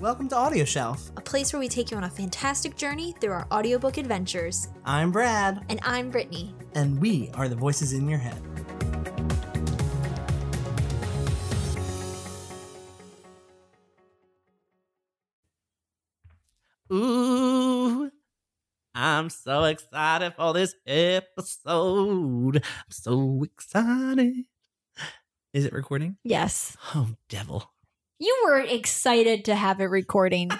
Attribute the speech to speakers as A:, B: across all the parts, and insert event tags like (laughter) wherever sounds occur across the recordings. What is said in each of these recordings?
A: Welcome to Audio Shelf.
B: a place where we take you on a fantastic journey through our audiobook adventures.
A: I'm Brad,
B: And I'm Brittany.
A: and we are the voices in your head.
C: Ooh, I'm so excited for this episode. I'm so excited. Is it recording?
D: Yes.
C: Oh, devil.
D: You were excited to have it recording.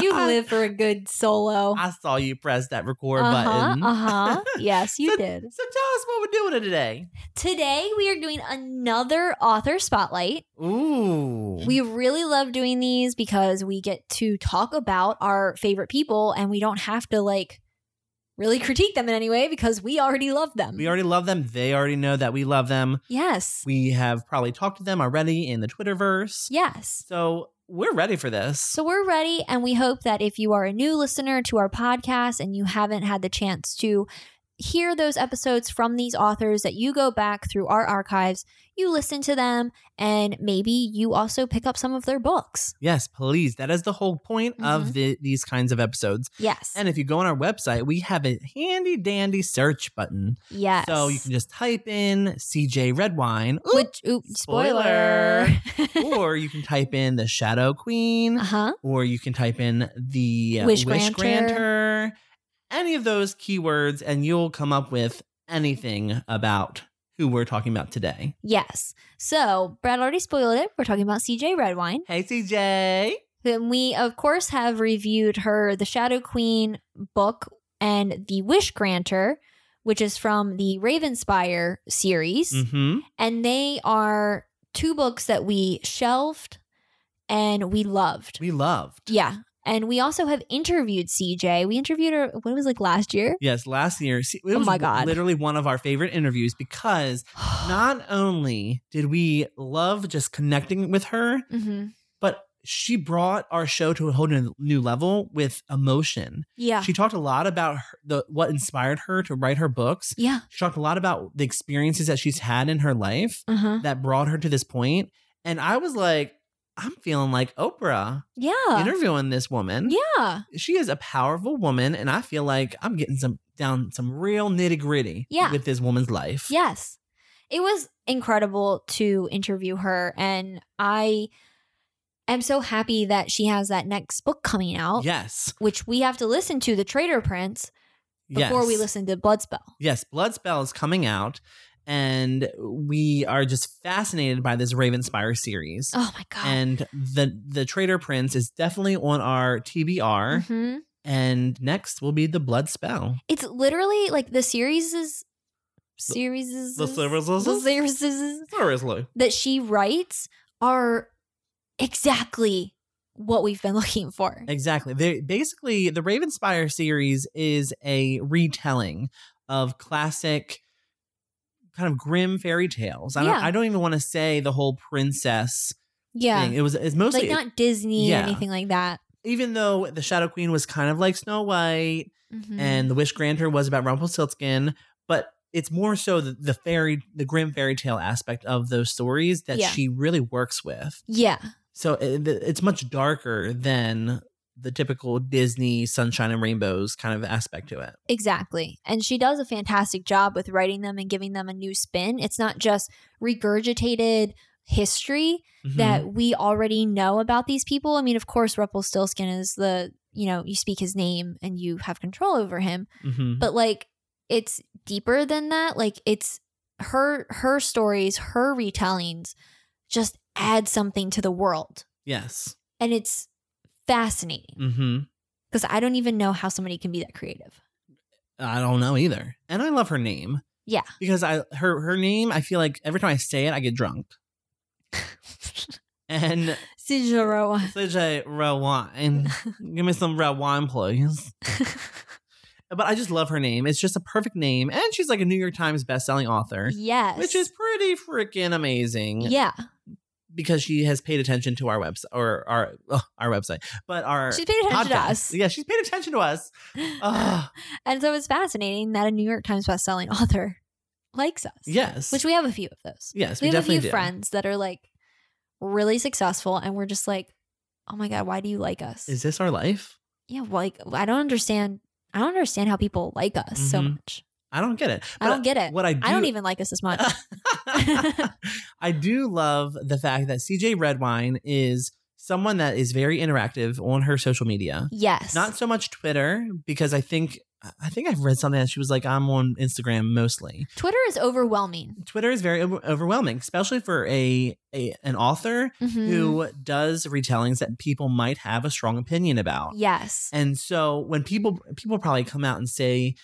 D: You
C: (laughs) I-
D: live for a good solo.
C: I saw you press that record
D: Uh-huh,
C: button. (laughs)
D: uh-huh. Yes, you
C: So-
D: did.
C: So tell us what we're doing today.
B: Today we are doing another author spotlight.
C: Ooh.
B: We really love doing these because we get to talk about our favorite people and we don't have to like really critique them in any way because we already love them.
C: we already love them. They already know that we love them.
B: yes.
C: We have probably talked to them already in the Twitterverse.
B: yes.
C: So we're ready for this.
B: So we're ready, and we hope that if you are a new listener to our podcast and you haven't had the chance to hear those episodes from these authors, that you go back through our archives, you listen to them, and maybe you also pick up some of their books.
C: yes, please. That is the whole point
B: Mm-hmm.
C: of the, these kinds of episodes.
B: Yes.
C: And if you go on our website, we have a handy dandy search button.
B: yes.
C: So you can just type in CJ Red Wine, Ooh,
B: Which, oop, spoiler. (laughs)
C: or you can type in the Shadow Queen,
B: uh huh.
C: or you can type in the uh,
B: Wish
C: Wish,
B: Granter.
C: granter. any of those keywords, and you'll come up with anything about who we're talking about today.
B: Yes. So Brad already spoiled it. We're talking about CJ Redwine.
C: Hey, CJ.
B: Then we, of course, have reviewed her The Shadow Queen book and The Wish Granter, which is from the Ravenspire series.
C: Mm-hmm.
B: And they are two books that we shelved and we loved.
C: We loved.
B: Yeah. And we also have interviewed CJ. We interviewed her, what it was like last year? (sighs)
C: Yes, last year. see, It
B: Oh
C: was
B: my God.
C: literally one of our favorite interviews because not only did we love just connecting with her,
B: hmm
C: but she brought our show to a whole new, new level with emotion.
B: Yeah.
C: She talked a lot about her, the what inspired her to write her books.
B: yeah.
C: She talked a lot about the experiences that she's had in her life
B: Uh huh.
C: that brought her to this point. And I was like, I'm feeling like Oprah
B: Yeah.
C: interviewing this woman.
B: yeah.
C: She is a powerful woman, and I feel like I'm getting some down some real nitty gritty
B: Yeah.
C: with this woman's life.
B: Yes. It was incredible to interview her and I am so happy that she has that next book coming out,
C: Yes.
B: which we have to listen to The Traitor Prince before we
C: Yes.
B: listen to Bloodspell.
C: Yes, Bloodspell is coming out, and we are just fascinated by this Ravenspire series.
B: Oh my god.
C: And the the Traitor Prince is definitely on our TBR,
B: Mhm.
C: and next will be the Blood Spell.
B: It's literally like the series is series is
C: the series is-
B: the series is-
C: Seriously,
B: that she writes are exactly what we've been (laughs) looking for.
C: exactly. They basically the Ravenspire series is a retelling of classic, kind of grim fairy tales. I don't,
B: Yeah.
C: I don't even want to say the whole princess
B: Yeah.
C: thing. It was it's mostly
B: like not Disney
C: Yeah.
B: or anything like that.
C: even though the Shadow Queen was kind of like Snow White.
B: Mhm.
C: and the wish granter was about rumpelstiltskin but it's more so the, the fairy the grim fairy tale aspect of those stories that
B: Yeah.
C: she really works with
B: yeah.
C: so it, it's much darker than the typical disney sunshine and rainbows kind of aspect to it
B: Exactly. And she does a fantastic job with writing them and giving them a new spin. It's not just regurgitated history
C: Mm-hmm.
B: that we already know about these people. I mean, of course, Rumpelstiltskin is the, you know, you speak his name and you have control over him,
C: Mhm.
B: but like it's deeper than that. Like it's her her stories, her retellings just add something to the world.
C: yes
B: And it's fascinating
C: hmm
B: because I don't even know how somebody can be that creative. (laughs)
C: i don't know either and i love her name
B: Yeah.
C: because i her her name i feel like every time i say it i get drunk (laughs) and
B: Sijiro.
C: CJ red
B: (laughs)
C: wine. Give me some red wine, please. but I just love her name. It's just a perfect name. And she's like a New York Times bestselling author,
B: Yes.
C: which is pretty freaking amazing
B: yeah.
C: because she has paid attention to our website or our ugh, our website, but our
B: She's paid attention to
C: podcast.
B: us.
C: Yeah, she's paid attention to
B: (laughs)
C: us. Ugh.
B: And so it's fascinating that a New York Times bestselling author (laughs) likes us.
C: yes.
B: Which we have a few of those.
C: yes,
B: we,
C: we,
B: have a
C: definitely
B: few
C: do.
B: friends that are like really successful and we're just like, oh my God, why do you like us?
C: Is this our life?
B: yeah, well, like I don't understand. I don't understand how people like us so
C: Mhm.
B: much.
C: I don't get it.
B: I don't get it.
C: What I do,
B: I don't even (laughs) like us as much.
C: (laughs) I do love the fact that CJ Redwine is someone that is very interactive on her social media.
B: yes.
C: Not so much Twitter because I think I think I've read something that she was like I'm on Instagram mostly.
B: Twitter is overwhelming.
C: Twitter is very over- overwhelming, especially for a, a an author
B: Mhm.
C: who does retellings that people might have a strong opinion about.
B: Yes.
C: And so when people people probably come out and say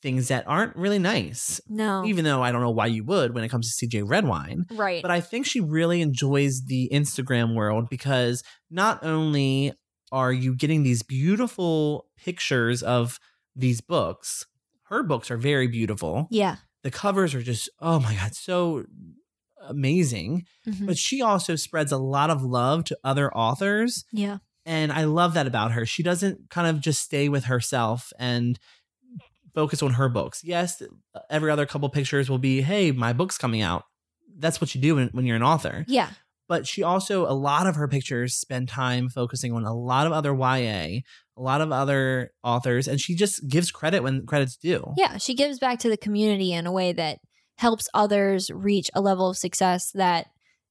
C: things that aren't really nice,
B: No.
C: even though I don't know why you would when it comes to CJ Redwine.
B: Oh. right.
C: But I think she really enjoys the Instagram world because not only are you getting these beautiful pictures of these books, her books are very beautiful.
B: yeah.
C: The covers are just, oh my God, so amazing.
B: Mhm.
C: But she also spreads a lot of love to other authors
B: Yeah.
C: and I love that about her. She doesn't kind of just stay with herself and focus on her books. Yes, every other couple pictures will be, "Hey, my book's coming out." That's what you do when, when you're an author.
B: Yeah.
C: But she also a lot of her pictures spend time focusing on a lot of other YA, a lot of other authors, and she just gives credit when credit's due.
B: Yeah. She gives back to the community in a way that helps others reach a level of success that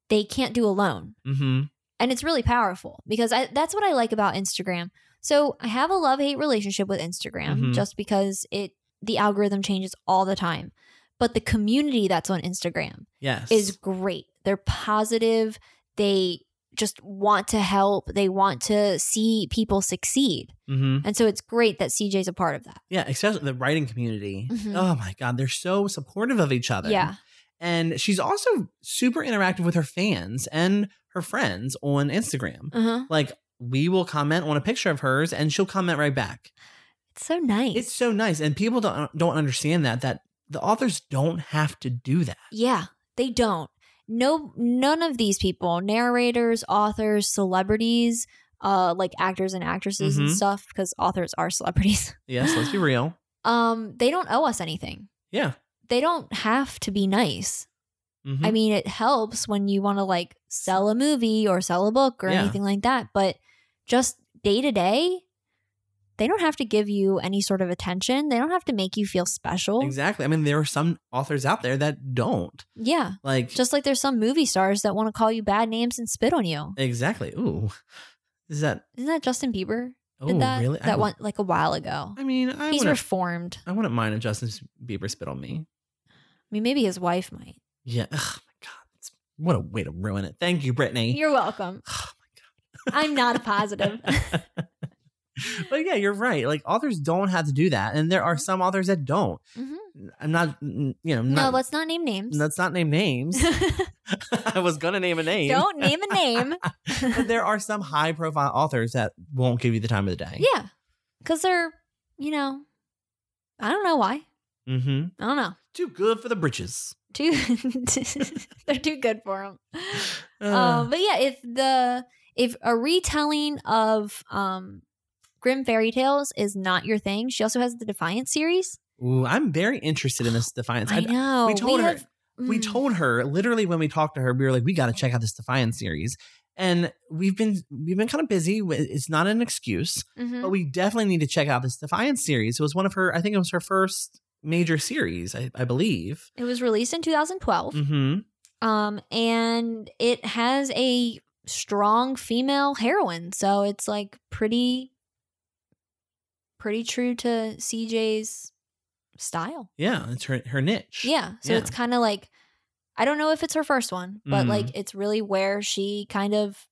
B: they can't do alone.
C: hmm
B: and it's really powerful because I, that's what I like about Instagram. So I have a love hate relationship with Instagram
C: Mhm.
B: just because it the algorithm changes all the time. But the community that's on Instagram
C: Yes.
B: is great. They're positive. They just want to help. They want to see people succeed.
C: hmm
B: And so it's great that CJ's a part of that.
C: yeah, especially the writing community.
B: Mhm.
C: Oh my God, they're so supportive of each other.
B: Yeah.
C: And she's also super interactive with her fans and her friends on Instagram.
B: Uh-huh.
C: Like, we will comment on a picture of hers and she'll comment right back.
B: It's so nice.
C: It's so nice. And people don't, uh, don't understand that, that the authors don't have to do that.
B: Yeah, they don't. No, none of these people, narrators, authors, celebrities, uh, like actors and actresses
C: Mhm.
B: and stuff, because authors are (laughs) celebrities.
C: Yes, let's be real.
B: Um, they don't owe us anything.
C: (laughs) Yeah.
B: They don't have to be nice.
C: Mhm.
B: I mean, it helps when you want to like sell a movie or sell a book or
C: Yeah.
B: anything like that, but just day to day, they don't have to give you any sort of attention. They don't have to make you feel special.
C: exactly. I mean, there are some authors out there that don't.
B: Yeah.
C: Like,
B: Just like there's some movie stars that want to call you bad names and spit on you.
C: exactly. Ooh. Is that,
B: Isn't that Justin Bieber?
C: oh,
B: Did that
C: really? I,
B: that one like a while ago.
C: I mean, I
B: He's
C: wouldn't,
B: reformed. I
C: I wouldn't mind if Justin Bieber spit on me.
B: mean, maybe his wife might.
C: Yeah. Oh, my God. It's, what a way to ruin it. Thank you, Brittany. (sighs)
B: You're welcome.
C: Oh
B: I'm not
C: (laughs)
B: a positive.
C: but yeah, you're right. Like authors don't have to do that, and there are some authors that don't.
B: Mhm.
C: I'm not, n- you know,
B: Mm-hmm. No,
C: not,
B: let's not name names. (laughs)
C: let's not name names. (laughs) I was gonna name a name.
B: Don't name
C: (laughs)
B: a name.
C: but there are some high profile authors that won't give you the time of the day.
B: yeah, because they're you know, I don't know why.
C: Mm-hmm.
B: I don't know. (laughs)
C: Too good for the britches.
B: Too (laughs) they're too good for
C: (sighs)
B: him.
C: Uh,
B: Um, but yeah, if the if a retelling of um grim fairy tales is not your thing, she also has the Defiant series.
C: ooh, I'm very interested
B: (sighs)
C: in this Defiance.
B: I know.
C: we told her.
B: have-
C: we
B: mm.
C: told her literally when we talked to her, we were like, we got to check out this Defiance series. And we've been we've been kind of busy. It's not an excuse.
B: Mhm.
C: but we definitely need to check out this Defiance series. It was one of her, I think it was her first major series, I, I believe.
B: It was released in 2012.
C: Mm-hmm.
B: Um, and it has a strong female heroine, so it's like pretty, pretty true to CJ's style.
C: Yeah, it's her her niche.
B: Yeah. So
C: Yeah.
B: it's kind of like I don't know if it's her first one, but
C: Mhm.
B: like it's really where she kind of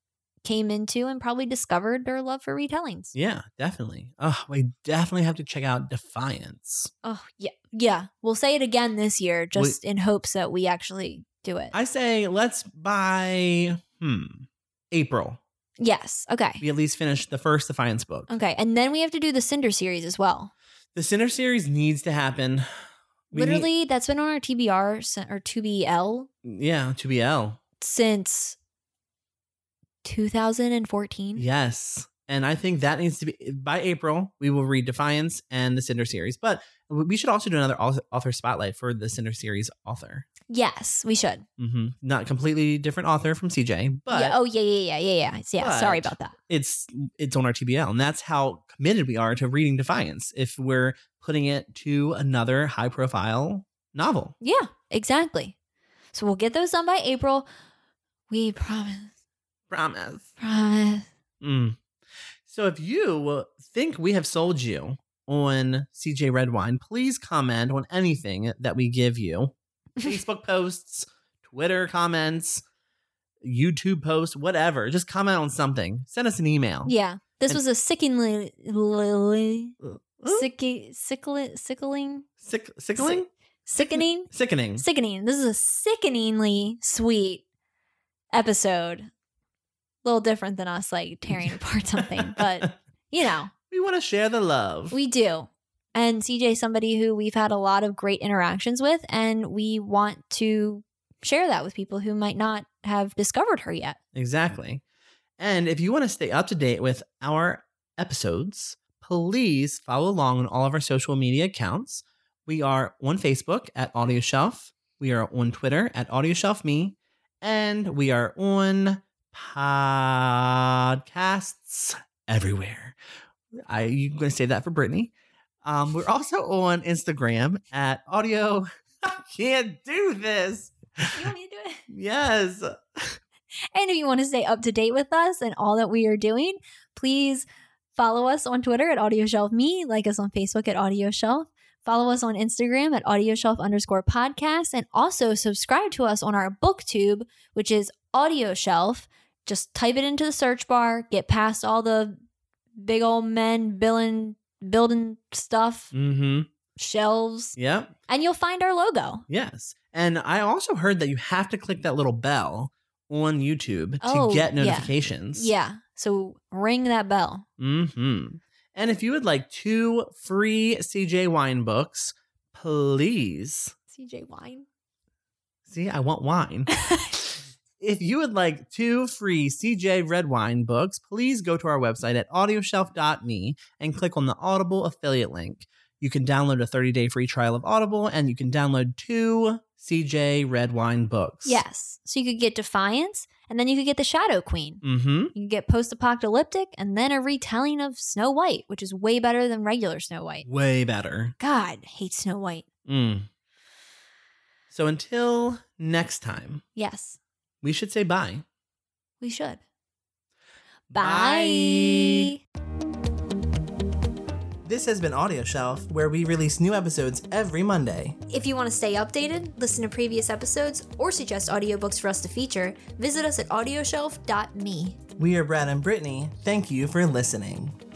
B: came into and probably discovered her love for retellings.
C: Yeah, definitely. Oh, we definitely have to check out Defiance.
B: Oh, yeah. Yeah. We'll say it again this year just in hopes that we actually do it.
C: I say let's by hmm April.
B: yes. Okay.
C: We at least finish the first Defiance book.
B: Okay. And then we have to do the Cinder series as well.
C: The Sinner series needs to happen. We need-
B: Literally, that's been on our TBR sin- or 2BL
C: yeah, to be L.
B: since 2014.
C: Yes. And I think that needs to be eh, by April. We will read Defiance and the Cinder series, but we should also do another au- author spotlight for the Cinder series author.
B: Yes, we should.
C: hmm Not completely different author from CJ, but
B: Mm-hmm. yeah, oh yeah, yeah, yeah, yeah, yeah. Yeah. sorry
C: but-
B: about that.
C: it's it's on our TBL, and that's how committed we are to reading Defiance. If we're putting it to another high profile novel,
B: Yeah, exactly. So we'll get those done by April. We promise.
C: promise.
B: Promise.
C: Mm. So if you think we have sold you on CJ Red Wine, please comment on anything that we give
B: (laughs)
C: you. Facebook posts, Twitter comments, YouTube posts, whatever. Just comment on something. Send us an email.
B: Yeah. This
C: And-
B: was a sickeningly lily
C: Huh?
B: sicky sickling sickling
C: Sick, sickling?
B: sickening
C: Sickening.
B: sickening. This is a sickeningly sweet episode. A little different than us like tearing apart something, but you know,
C: (laughs) we want to share the love.
B: We do. And CJ, somebody who we've had a lot of great interactions with, and we want to share that with people who might not have discovered her yet.
C: Exactly. And if you want to stay up to date with our episodes, please follow along on all of our social media accounts. We are on Facebook at Audio Shelf. We are on Twitter at Audio Shelf Me. And we are on podcasts everywhere. I you gonna say that for Brittany. Um, we're also on Instagram at audio. (laughs) I can't do this.
B: You want me to do it?
C: Yes.
B: And if you want to stay up to date with us and all that we are doing, please follow us on Twitter at Audio Shelf Me, like us on Facebook at Audio Shelf, follow us on Instagram at Audio Shelf underscore podcast, and also subscribe to us on our booktube, which is Audio Shelf. Just type it into the search bar, get past all the big old men billing, building stuff,
C: Mm-hmm.
B: shelves,
C: Yep.
B: and you'll find our logo.
C: Yes. And I also heard that you have to click that little bell on YouTube to
B: Oh,
C: get
B: yeah.
C: notifications.
B: Yeah. So ring that bell.
C: hmm And if you would like two free CJ Wine books, please.
B: CJ Wine.
C: See, I want
B: (laughs)
C: wine. if you would like two free CJ Red Wine books, please go to our website at audioshelf.me and click on the Audible affiliate link. You can download a 30 day free trial of Audible and you can download two CJ Red Wine books.
B: Yes. So you could get Defiance, and then you could get the Shadow Queen.
C: Mm hmm.
B: You could get post apocalyptic, and then a retelling of Snow White, which is way better than regular Snow White.
C: Way better.
B: God, hate Snow White.
C: Mm. So until next time,
B: Yes,
C: we should say bye.
B: we should.
C: Bye.
B: Bye.
A: This has been Audio Shelf, where we release new episodes every Monday.
B: If you want to stay updated, listen to previous episodes, or suggest audiobooks for us to feature, visit us at audioshelf.me.
A: We are Brad and Brittany. Thank you for listening.